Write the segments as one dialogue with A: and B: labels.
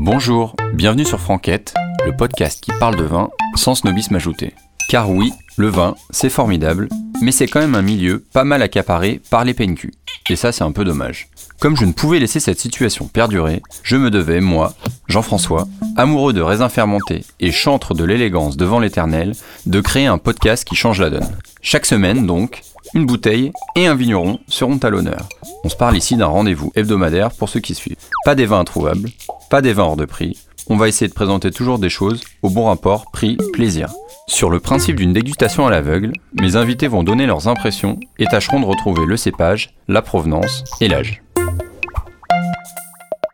A: Bonjour, bienvenue sur Franquette, le podcast qui parle de vin sans snobisme ajouté. Car oui, le vin, c'est formidable, mais c'est quand même un milieu pas mal accaparé par les PNQ. Et ça, c'est un peu dommage. Comme je ne pouvais laisser cette situation perdurer, je me devais, moi, Jean-François, amoureux de raisins fermentés et chantre de l'élégance devant l'éternel, de créer un podcast qui change la donne. Chaque semaine, donc, une bouteille et un vigneron seront à l'honneur. On se parle ici d'un rendez-vous hebdomadaire pour ceux qui suivent. Pas des vins introuvables, pas des vins hors de prix. On va essayer de présenter toujours des choses au bon rapport prix-plaisir. Sur le principe d'une dégustation à l'aveugle, mes invités vont donner leurs impressions et tâcheront de retrouver le cépage, la provenance et l'âge.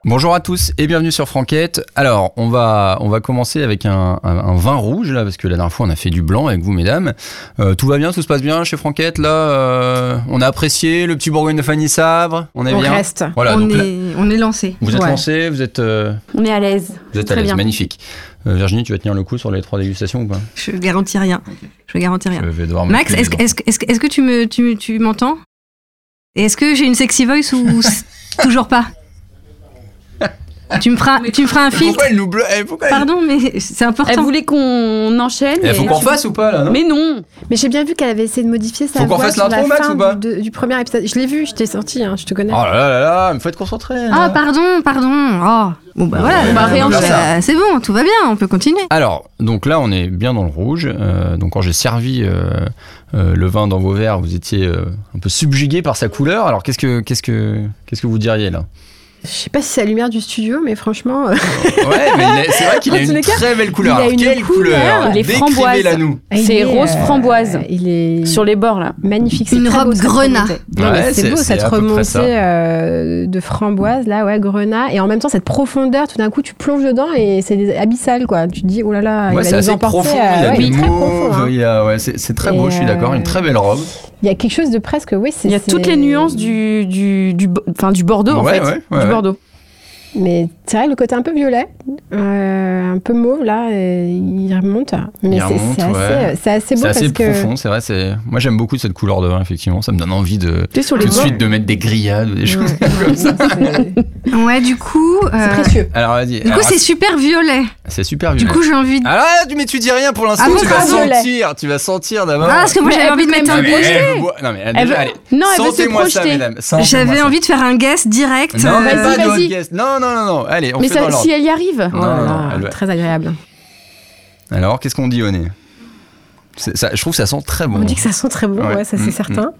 A: Bonjour à tous et bienvenue sur Franquette. Alors, on va, on va commencer avec un, un- un vin rouge, là, parce que la dernière fois, on a fait du blanc avec vous, mesdames. Euh, tout va bien, tout se passe bien chez Franquette, là. euh, on a apprécié le petit Bourgogne de Fanny Sabre. On est
B: on
A: bien.
B: reste.
A: Voilà,
B: on,
A: donc là-
B: est, on est lancé.
A: Vous êtes
B: Ouais.
A: lancé, vous êtes, euh,
C: On est à l'aise.
A: vous êtes à
C: Très
A: l'aise,
C: bien.
A: magnifique. Euh, Virginie, tu vas tenir le coup sur les trois dégustations ou pas
B: Je garantis rien. Je garantis rien.
A: Je vais devoir me
B: Max,
A: couper
B: est-ce que,
A: dedans.
B: est-ce que- est-ce que- est-ce que tu me tu, tu m'entends Et Est-ce que j'ai une sexy voice ou s- toujours pas Tu me feras tu me feras un filtre.
A: Pourquoi elle nous bleu eh, pourquoi elle-
B: Pardon, mais c'est
C: Elle
B: important.
C: voulait qu'on enchaîne.
A: Eh, faut
C: et-
A: qu'on fasse ou pas là non
C: Mais non
D: Mais j'ai bien vu qu'elle avait essayé de modifier
A: Faut
D: sa
A: qu'on
D: voix
A: fasse
D: sur la
A: l'intro, Max,
D: fin
A: ou pas
D: du, de- du premier épisode. Je l'ai vu, je t'ai sorti, hein, je te connais.
A: Oh là là là là, me faites concentrer. là.
B: Ah pardon, pardon. Oh. Bon bah voilà,
A: Ouais,
C: bah,
B: bah,
C: rien
B: bah,
C: de
A: ça.
B: c'est bon, tout va bien, on peut continuer.
A: Alors, donc là, on est bien dans le rouge. Euh, donc, quand j'ai servi euh, euh, le vin dans vos verres, vous étiez euh, un peu subjugué par sa couleur. Alors, qu'est-ce que, qu'est-ce que, qu'est-ce que vous diriez là
D: Je sais pas si c'est la lumière du studio, mais franchement, euh,
A: Ouais, mais il a- c'est vrai qu'il a
D: En tous
A: une
D: les cas,
A: très belle couleur.
D: il a
A: Alors,
D: une
A: quelle
D: couleur,
A: couleur
C: les
A: Décrivez-la
C: framboises.
A: nous.
D: il
C: C'est
D: est,
C: rose
D: euh,
C: framboise.
D: il est
C: Sur les bords là.
D: magnifique. c'est
B: Une
D: très
B: robe
D: beau, cette
B: grenat.
D: remontée.
A: Ouais,
D: Non, mais
A: c'est-
D: c'est beau
A: c'est
D: cette
A: à peu près
D: remontée
A: ça.
D: euh, de framboise là, ouais, grenat, et en même temps cette profondeur. Tout d'un coup, tu plonges dedans et c'est des- abyssal quoi. Tu te dis, oh là là,
A: Ouais,
D: il
A: c'est
D: va nous
A: assez
D: emporter.
A: profond.
D: euh,
A: il y a euh,
D: ouais,
A: du
D: il est très profond,
A: mauve.
D: hein.
A: il y a- ouais, c'est, c'est très beau,
D: Et,
A: je suis d'accord. Une
D: euh,
A: très belle robe.
D: Il y a quelque chose de presque, oui. c'est-
C: Il y a
D: c'est-
C: toutes les nuances du, du, du, bo- enfin, du Bordeaux en
A: Ouais,
C: fait.
A: ouais, ouais,
C: du
A: ouais.
C: Bordeaux.
D: Mais c'est vrai, le côté un peu violet, euh, un peu mauve, là, euh, il remonte. Mais
A: Il
D: c'est-
A: remonte,
D: c'est assez,
A: ouais.
D: c'est assez beau
A: C'est assez
D: parce que.
A: profond, c'est vrai. C'est... Moi, j'aime beaucoup cette couleur de vin, effectivement. Ça me donne envie de
C: Tu sais, sur les
A: tout de
C: bords.
A: suite de mettre des grillades ou des choses.
D: Ouais, ouais, c'est-
B: Ouais, du coup,
D: C'est
B: euh,
D: précieux.
A: Alors, vas-y.
B: du coup
A: Alors, ah,
B: c'est super violet.
A: c'est super
B: Du
A: violent.
B: coup, j'ai envie de
A: Ah là, tu- mais tu dis rien pour l'instant,
B: Ah bon,
A: tu vas
D: pardon.
A: sentir, tu vas sentir d'abord.
B: Ah, parce que moi
C: Mais
B: j'avais
C: elle
B: envie de
C: peut
B: mettre
A: Non,
B: un
C: même
A: mais
C: projeter.
A: elle veut boire- non, mais elle
C: Elle
A: veut-
C: veut-
A: allez,
C: Non, elle veut se
A: sentez-moi ça,
C: projeter.
A: mesdames. sentez-moi
B: J'avais
A: ça.
B: envie de faire un guess direct.
A: Non,
B: Euh,
A: mais
D: Vas-y,
A: pas de
D: vas-y.
A: haute caisse. Non, non, non, non. Allez, on
C: Mais
A: fait dans
C: ça,
A: l'ordre.
C: si elle y arrive.
A: Non,
C: Oh là
A: non, non,
C: là,
A: elle-
C: Très agréable.
A: Alors, qu'est-ce qu'on dit au nez C'est- ça- Je trouve que ça sent très bon.
D: On dit que ça sent très bon,
A: Ouais.
D: ouais, ça c'est
A: Mm,
D: certain.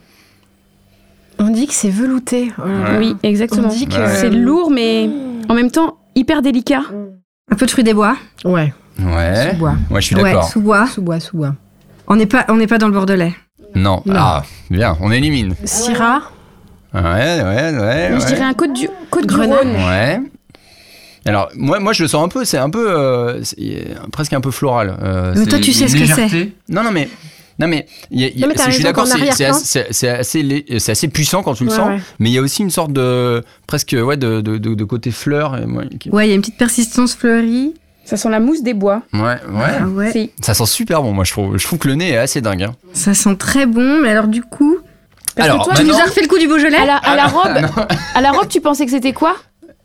D: On dit que c'est velouté. Oh là là.
C: Oui, exactement.
D: On dit que-
C: C'est lourd mais en même temps hyper délicat.
B: Un peu de fruits des bois.
D: Ouais,
A: Ouais. Eh
D: sous-bois.
A: Moi, je suis
B: Ouais,
A: d'accord.
B: sous bois.
D: Sous-bois, sous-bois.
B: On n'est pas on n'est pas dans le bordelais.
A: Non.
D: Non.
A: Ah, bien, on élimine.
D: Syrah.
A: Ouais, ouais, ouais.
C: Mais Je
A: ouais.
C: dirais un côte du côte du
D: Grenade.
C: Rhône.
A: Ouais. Alors, moi, moi, je le sens un peu, c'est un peu. euh, c'est, euh, presque un peu floral. euh,
B: Mais
A: c'est
B: toi, tu sais
A: une
B: ce que c'est.
A: légèreté. Non, non, mais. Non, mais, il y a- il y a-
D: Non, mais t'as
A: c'est- je suis
D: raison,
A: d'accord,
D: qu'en
A: c'est c'est
D: arrière-plan.
A: assez, c'est- c'est assez lé- c'est assez puissant quand tu le
D: Ouais,
A: sens,
D: ouais.
A: mais il y a aussi une sorte de. presque, ouais, de, de, de- de côté fleur. et moi, qui- Ouais,
B: Ouais, il y a une petite persistance fleurie.
C: Ça sent la mousse des bois.
A: ouais.
B: Ah ouais.
C: C'est-
A: Ça sent super bon, moi, je trouve. Je trouve que le nez est assez dingue. hein.
B: Ça sent très bon, mais alors du coup,
C: Parce que
A: Alors,
C: toi,
B: tu nous
A: maintenant-
B: as refait le coup du
D: Eh,
B: Beaujolais
C: À la,
A: Ah,
C: à la robe, à la robe, tu pensais que c'était quoi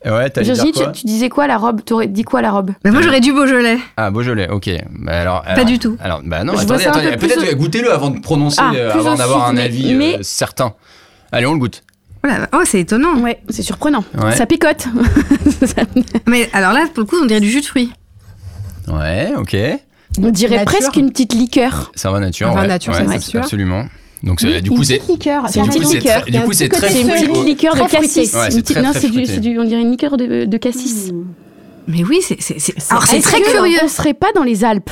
A: Ouais, t'allais dire
C: Virginie, tu,
A: quoi
C: tu disais quoi à la robe T'aurais dit quoi à la robe
B: Bah moi j'aurais du Beaujolais.
A: Ah, Beaujolais, ok. Bah, alors,
B: Pas du tout.
A: Alors, bah non,
C: Je vois
A: attendez,
C: ça un
A: attendez.
C: peu plus
A: Peut-être
C: au-
A: euh, goûtez-le avant de prononcer,
C: Ah,
A: euh,
C: plus
A: avant
C: au
A: d'avoir
C: sud,
A: un
C: mais-
A: avis euh,
C: mais-
A: certain. Allez, on le goûte.
B: Oh, là, oh c'est étonnant.
C: Ouais, c'est surprenant.
A: Ouais.
C: Ça picote.
B: Mais alors là, pour le coup, on dirait du jus de fruits.
A: Ouais, ok.
C: On dirait
D: Nature.
C: presque une petite liqueur.
A: C'est un vin nature.
D: Un vin
A: ouais.
D: nature,
A: Ouais,
D: c'est
A: abs-
D: nature.
A: Absolument. Donc, c'est-
D: Oui,
A: du
D: une
A: coup, c'est.
D: petite liqueur,
A: c'est-
C: du
D: carrément.
C: coup, c'est
D: Il y a
A: très- du
D: un
A: coup,
D: petit
A: c'est
D: côté
A: très
C: C'est une
A: fruité.
D: feuille.
C: petite liqueur de
D: Très fruité.
C: cassis.
A: Ouais,
C: Une
A: c'est
C: petite-
A: très,
C: non,
A: très
C: c'est du,
A: fruité.
C: c'est du- on dirait une liqueur de, de cassis.
B: Mais oui, c'est c'est c'est- Alors Mmh. Ah, c'est
C: Est-ce
B: très
C: que
B: curieux.
C: On serait pas dans les Alpes.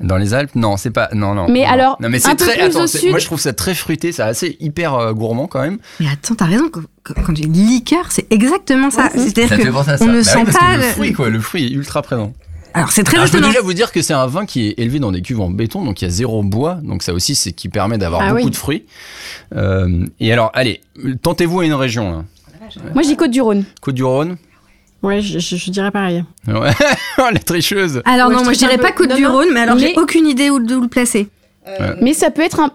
A: Dans les Alpes, non, c'est pas. Non, non.
C: Mais
A: non.
C: alors,
A: Non, mais
C: un
A: c'est
C: peu
A: très.
C: plus
A: Attends,
C: au
A: c'est-
C: sud.
A: moi, je trouve ça très fruité. C'est assez hyper euh, gourmand quand même.
B: Mais attends, t'as raison. quand- Quand j'ai liqueur, c'est exactement ça. C'est-à-dire que
A: penser à
B: on ne
A: Bah oui,
B: sent
A: parce que
B: pas
A: le
B: le-
A: fruit, quoi. Le fruit est ultra présent.
B: alors c'est très
A: Alors, je peux
B: étonnant.
A: déjà vous dire que c'est un vin qui est élevé dans des cuves en béton, donc il y a zéro bois. Donc, ça aussi, c'est qui permet d'avoir
D: Ah
A: beaucoup
D: oui.
A: de fruits. Euh, et alors, allez, tentez-vous à une région, hein. là.
C: Moi, j'ai Côte du Rhône.
A: Côte-du-Rhône.
D: Ouais, je, je- je dirais pareil.
A: Ouais, la tricheuse.
B: Alors
D: Ouais,
B: non,
D: je
B: moi je
D: trouve
B: dirais
D: ça
B: pas
D: un peu-
B: Côte du
D: non, non.
B: Rhône, mais alors j'ai
C: Mais-
B: aucune idée où, d'où le placer.
C: Mais ça peut être un,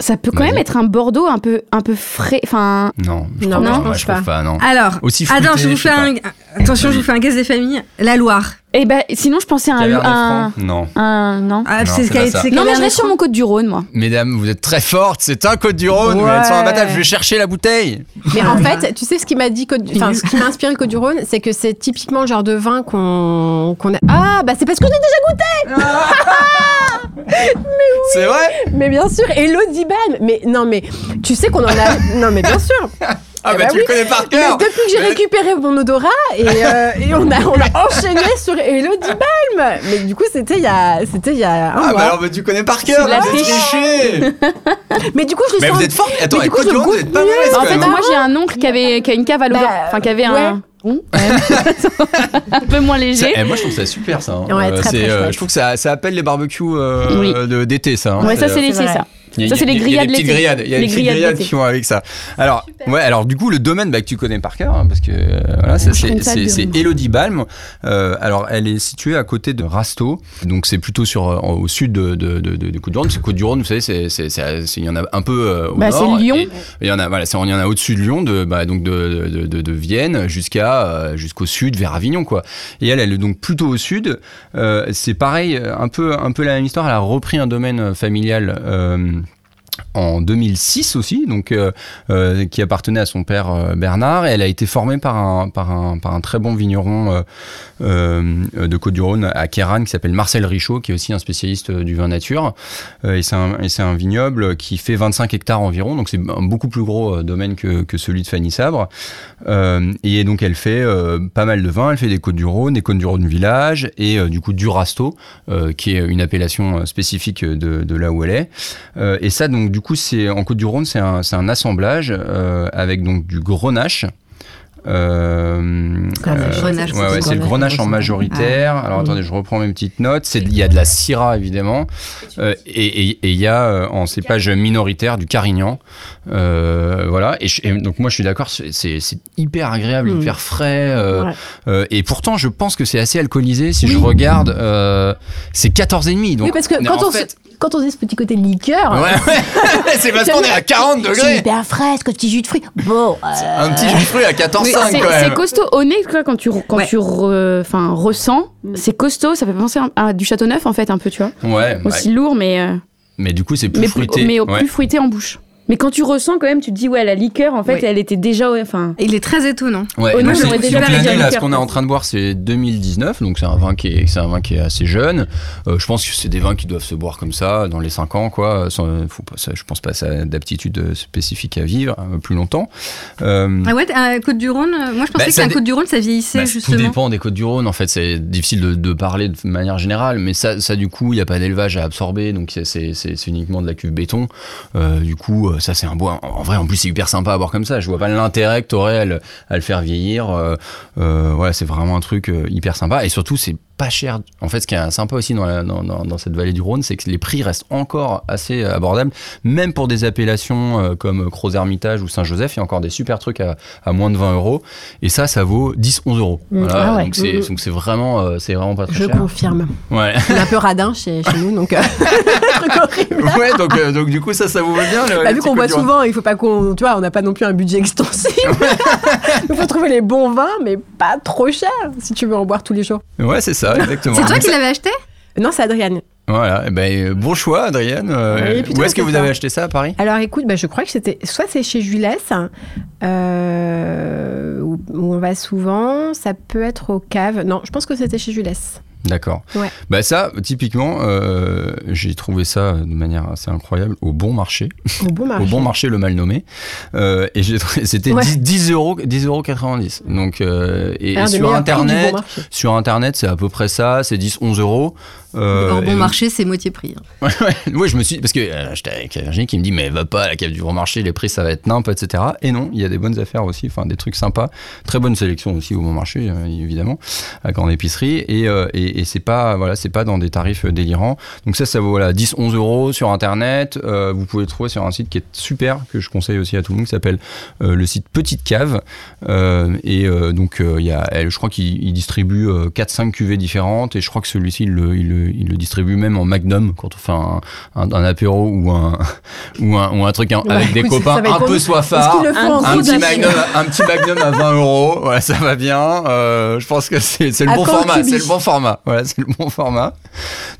C: Ça peut quand
A: Vas-y.
C: même être un Bordeaux un peu, un peu frais. Enfin,
A: Non, je
D: Non,
A: crois pas.
D: non, je
A: Ouais,
D: pense
A: je trouve
D: pas.
A: pas, non.
B: Alors,
A: Aussi fruité,
B: attends, je vous
A: sais
B: fais
A: pas.
B: un... attention, je vous fais un guest des familles. La Loire.
C: et ben, sinon, je pensais à un,
A: Cabernet
C: un,
A: Franc Non.
C: un- non.
B: Ah,
A: Non,
B: c'est
A: c'est pas ça.
B: c'est
C: Non, mais je
B: Cabernet
C: reste sur mon côte du Rhône, moi.
A: Mesdames, vous êtes très fortes, c'est un Côte du Rhône, vous êtes sur un
C: Ouais.
A: battle, je vais chercher la bouteille.
D: Mais en fait, tu sais ce qui m'a dit, Côte- enfin, ce qui m'a inspiré le Côte Ah, du Rhône, c'est que c'est typiquement le genre de vin qu'on, qu'on a. Ah, bah c'est parce que j'ai déjà
A: C'est vrai
D: goûté. Mais bien sûr, Elodie Ban. Mais non, mais tu sais qu'on en a. non, mais bien sûr.
A: Ah bah
D: Eh bah
A: tu le
D: oui.
A: connais par
D: Mais
A: cœur
D: depuis que j'ai récupéré mon odorat et, euh, et on, a, on a enchaîné sur Elodie Balm. Mais du coup, c'était il y a, c'était il y a un
A: Ah
D: mois.
A: bah alors bah, tu connais par cœur,
C: la
A: vous êtes trichés
D: Mais du coup, je le
A: Mais
D: sens.
A: vous êtes fortes, attends,
D: Mais
A: avec
D: du coup,
A: Côte
D: je
A: du Rhône, vous
D: goûte
A: êtes pas
D: mieux.
B: Ah,
A: mauvaises
C: En
A: quand
C: fait,
A: même.
D: marrant.
C: moi, j'ai un oncle qui avait qui a une cave à l'odeur.
D: Bah,
C: Enfin, qui avait
D: ouais.
C: un. Hum, quand même. un peu moins léger.
A: Ça- eh, moi je trouve ça super ça. hein.
D: Ouais, très,
A: c'est,
D: très chouette.
A: je trouve que ça, ça appelle les barbecues euh,
C: Oui.
A: de- d'été ça. hein.
C: Ouais, ça, c'est les-
D: C'est
C: c'est
D: vrai.
C: ça.
A: Il y a-
C: ça, c'est
A: il y a-
C: les
A: Il y a
C: grillades
A: des petites
C: d'été.
A: grillades, il y a des
C: Les
A: petites
C: grillades
A: grillades
C: d'été.
A: qui vont avec ça. Alors, ouais, alors du coup, le domaine bah, que tu connais par cœur, hein, parce que euh, voilà, ça,
C: je
A: c'est
C: compte pas
A: c'est-
C: le
A: c'est
C: domaine.
A: Elodie Balm. Euh, alors, elle est située à côté de Rasto, donc c'est plutôt sur, euh, au sud de, de, de, de, de Côte-du-Rhône. Parce que Côte-du-Rhône, vous savez, c'est- c'est- c'est- c'est- il y en a un peu euh, au
C: Bah, c'est
A: nord.
C: Lyon.
A: et- et Il y en a, voilà, c'est- il y en a au-dessus de Lyon, de, bah, donc de, de, de, de Vienne jusqu'à euh, jusqu'au sud, vers Avignon, quoi. Et elle, elle est donc plutôt au sud. Euh, c'est pareil, euh, un peu, un peu la même histoire. Elle a repris un domaine euh, familial euh, en 2006 aussi, donc euh, euh, qui appartenait à son père euh, Bernard. Et elle a été formée par un, par un, par un très bon vigneron euh, euh, de Côte-du-Rhône à Kéran qui s'appelle Marcel Richaud, qui est aussi un spécialiste euh, du vin nature. Euh, et c'est un, et c'est un vignoble qui fait 25 hectares environ, donc c'est un beaucoup plus gros euh, domaine que, que celui de Fanny Sabre. Euh, et donc elle fait euh, pas mal de vins, elle fait des Côtes du Rhône, des Côtes du Rhône village et euh, du coup du Rasto, euh, qui est une appellation euh, spécifique de, de là où elle est. Euh, et ça donc du coup c'est en Côte du Rhône c'est un, c'est un assemblage euh, avec donc du Grenache. Euh,
B: Grenache, Grenache,
A: ouais, ouais,
B: c'est
A: c'est le
B: Grenache, Ah.
A: Grenache en
B: Grenache.
A: majoritaire. Alors
B: oui.
A: attendez, je reprends mes petites notes. C'est- Il y a de la Syrah évidemment, Euh, et et- et il y a euh, en cépage minoritaire du Carignan. Euh, voilà. Et, je- et donc moi je suis d'accord, c'est- c'est c'est hyper agréable,
D: Mm.
A: hyper frais. euh,
D: Ouais.
A: euh, et pourtant je pense que c'est assez alcoolisé. Si je
D: Oui.
A: regarde, euh, c'est 14 et demi. Donc
D: Oui, parce que
A: mais
D: quand
A: en
D: on,
A: fait-
D: se- quand on dit ce petit côté liqueur,
A: Ouais, Ah, ouais. c'est parce qu'on est à 40
D: c'est
A: degrés.
D: hyper frais, ce petit jus de fruits. Bon, euh,
A: Un petit jus de fruit à 14,5
C: C'est
A: quand
C: c'est
A: même.
C: costaud au nez quoi, quand tu quand
B: Ouais.
C: tu re- enfin ressens
D: Mm.
C: c'est costaud ça fait penser à, à du château neuf en fait un peu tu vois
A: Ouais, ouais.
C: aussi lourd mais euh,
A: Mais du coup c'est plus
C: mais plus,
A: fruité.
C: mais au
A: Ouais.
C: plus fruité en bouche mais quand tu ressens quand même tu te dis ouais la liqueur en fait
B: Oui.
C: elle était déjà au- enfin
B: Il est très étonnant.
A: Ouais,
C: Au
A: donc
C: nom,
A: c'est-
C: j'aurais
A: donc
C: déjà
A: l'année,
C: mis
A: là,
C: Johnny
A: ce qu'on est en train de boire, c'est 2019, donc c'est un vin qui est, c'est un vin qui est assez jeune. Euh, je pense que c'est des vins qui doivent se boire comme ça dans les 5 ans, quoi. Sans- faut pas- ça, je pense pas à ça d'aptitude euh, spécifique à vivre euh, plus longtemps. Euh,
B: Ah ouais, à Côte du Rhône, euh, moi je
A: Bah,
B: pensais
A: ça
B: qu'à
A: dé-
B: Côte du Rhône ça vieillissait
A: bah, tout
B: justement.
A: dépend des Côtes-du-Rhône, en fait, c'est difficile de, de parler de manière générale, mais ça, ça du coup, il n'y a pas d'élevage à absorber, donc c'est- c'est c'est- c'est uniquement de la cuve béton. Euh, du coup, euh, ça c'est un bois. En vrai, en plus, c'est hyper sympa à boire comme ça. Je vois pas l'intérêt que t'aurais à, le- à le faire vieillir. Euh, euh, voilà, c'est vraiment un truc euh, hyper sympa, et surtout, c'est pas cher. En fait, ce qui est sympa aussi dans, la- dans, dans- dans cette vallée du Rhône, c'est que les prix restent encore assez euh, abordables, même pour des appellations euh, comme Croz Hermitage ou Saint-Joseph. Il y a encore des super trucs à, à moins de 20 euros. Et ça, ça vaut 10-11 euros.
D: Mm.
A: Voilà,
D: Ah ouais.
A: Donc c'est
D: Mm.
A: donc c'est vraiment, euh, c'est vraiment pas très
D: je
A: cher.
D: confirme.
A: Ouais.
D: On est un peu radin chez, chez nous, donc euh, truc horrible.
A: ouais, donc, euh, donc du coup, ça, ça vous va bien. le- le
D: Bah, vu
A: petit
D: qu'on boit
A: coup dur.
D: souvent, il faut pas qu'on, tu vois, on n'a pas non plus un budget extensif. Il faut trouver les bons vins, mais pas trop cher, si tu veux en boire tous les jours.
A: Ouais, c'est ça, exactement.
B: C'est toi qui l'avais acheté
D: Non, c'est Adriane.
A: Voilà, eh ben, euh, bon choix, Adrienne. Euh,
D: Oui, plutôt
A: où est-ce que
D: c'est
A: vous
D: ça.
A: avez acheté ça à Paris
D: Alors écoute, bah, je crois que c'était soit c'est chez Julès, hein, euh, où, où on va souvent, ça peut être aux caves. Non, je pense que c'était chez Julès.
A: D'accord.
D: Ouais.
A: Bah ça, typiquement, euh, j'ai trouvé ça de manière assez incroyable au bon marché.
D: Au bon marché.
A: au bon marché le mal nommé Euh, et j'ai trouvé- c'était
D: Ah Ouais.
A: 10 10 euros 10 euros 90 donc euh, et, et
D: Un
A: sur
D: des meilleurs prix du bon
A: internet
D: marché.
A: sur internet c'est à peu près ça c'est 10 11 euros Euh,
B: Au
A: et
B: bon
A: donc-
B: marché, c'est moitié prix. hein.
A: oui je me suis parce que euh, j'étais avec la Virginie qui me dit mais va pas à la cave du bon marché les prix ça va être nimp etc et non il y a des bonnes affaires aussi enfin des trucs sympas très bonne sélection aussi au bon marché euh, évidemment à grande épicerie et, euh, et, et, et c'est pas voilà, c'est pas dans des tarifs euh, délirants. Donc ça, ça vaut voilà 10, 11 euros sur internet. Euh, vous pouvez le trouver sur un site qui est super que je conseille aussi à tout le monde, qui s'appelle euh, le site Petite Cave. Euh, et euh, donc euh, il y a, elle- je crois qu'il il distribue 4-5 cuvées différentes et je crois que celui-ci il le, il le- il le distribue même en Magnum quand on fait un, un- un apéro ou un ou un, ou un truc hein,
D: Ouais,
A: avec des
D: oui, ça- ça
A: copains
D: va être
A: un peu
D: compliqué. Est-ce
A: soifards.
D: qu'ils le font
C: Un
D: en
A: Un
D: gros
A: petit,
D: d'achat
A: magnum, un petit magnum à 20 euros, voilà, ça va bien. Euh, je pense que c'est c'est le
D: À
A: bon
D: quand le
A: format.
D: cubi
A: C'est le bon format. Voilà, c'est le bon format.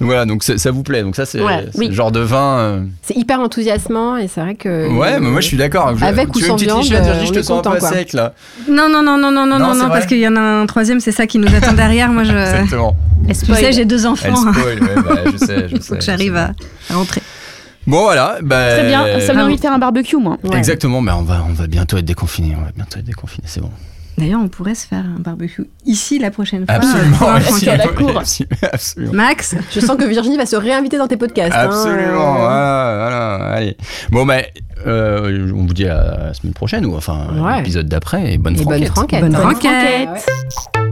A: Donc voilà, donc ça ça vous plaît. Donc ça, c'est
C: Ouais,
A: c'est
C: oui.
A: le genre de vin. euh,
D: C'est hyper enthousiasmant et c'est vrai que.
A: Ouais, mais moi je suis d'accord. Je-
D: Avec
A: tu
D: ou
A: veux
D: sans
A: une petite
D: viande,
A: lichette, Virginie,
D: on
A: je te
D: est
A: sens un
D: content,
A: peu
D: quoi.
A: sec là.
B: Non, non, non, non, non, non,
A: Non,
B: non,
A: c'est
B: non,
A: vrai.
B: parce qu'il y en a un troisième, c'est ça qui nous attend derrière. Moi, je,
A: Exactement.
B: tu sais, j'ai deux
A: Elle
B: enfants.
A: spoil, ouais, bah, je sais, je
B: Il faut
A: sais,
B: que
A: je
B: j'arrive
A: sais.
B: à, à rentrer.
A: Bon voilà, bah,
C: Très bien, ça me donne
B: Ah
C: envie
B: bon.
C: de faire un barbecue, moi.
D: Ouais.
A: Exactement, bah, on va on va bientôt être déconfiné, on va bientôt être déconfiné, c'est bon.
B: D'ailleurs, on pourrait se faire un barbecue ici la prochaine fois.
A: Absolument,
B: pour un
A: ouais,
B: franquette.
A: si,
C: à la
A: oui,
C: cour.
A: absolument, absolument.
B: Max,
D: Je sens que Virginie va se réinviter dans tes podcasts. hein.
A: Absolument,
D: Euh,
A: voilà, voilà, allez. Bon, bah, euh, on vous dit à la semaine prochaine, ou enfin,
D: Ouais.
A: l'épisode d'après, et bonne
D: Et bonne
A: franquette.
D: franquette.
B: bonne
C: Bonne
B: franquette.
C: franquette.
D: Ouais.